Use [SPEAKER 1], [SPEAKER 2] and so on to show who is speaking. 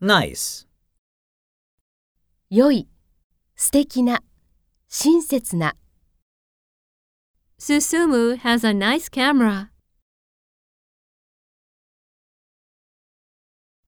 [SPEAKER 1] nice,
[SPEAKER 2] 良い、素敵な、親切な。
[SPEAKER 3] Susumu has a nice camera.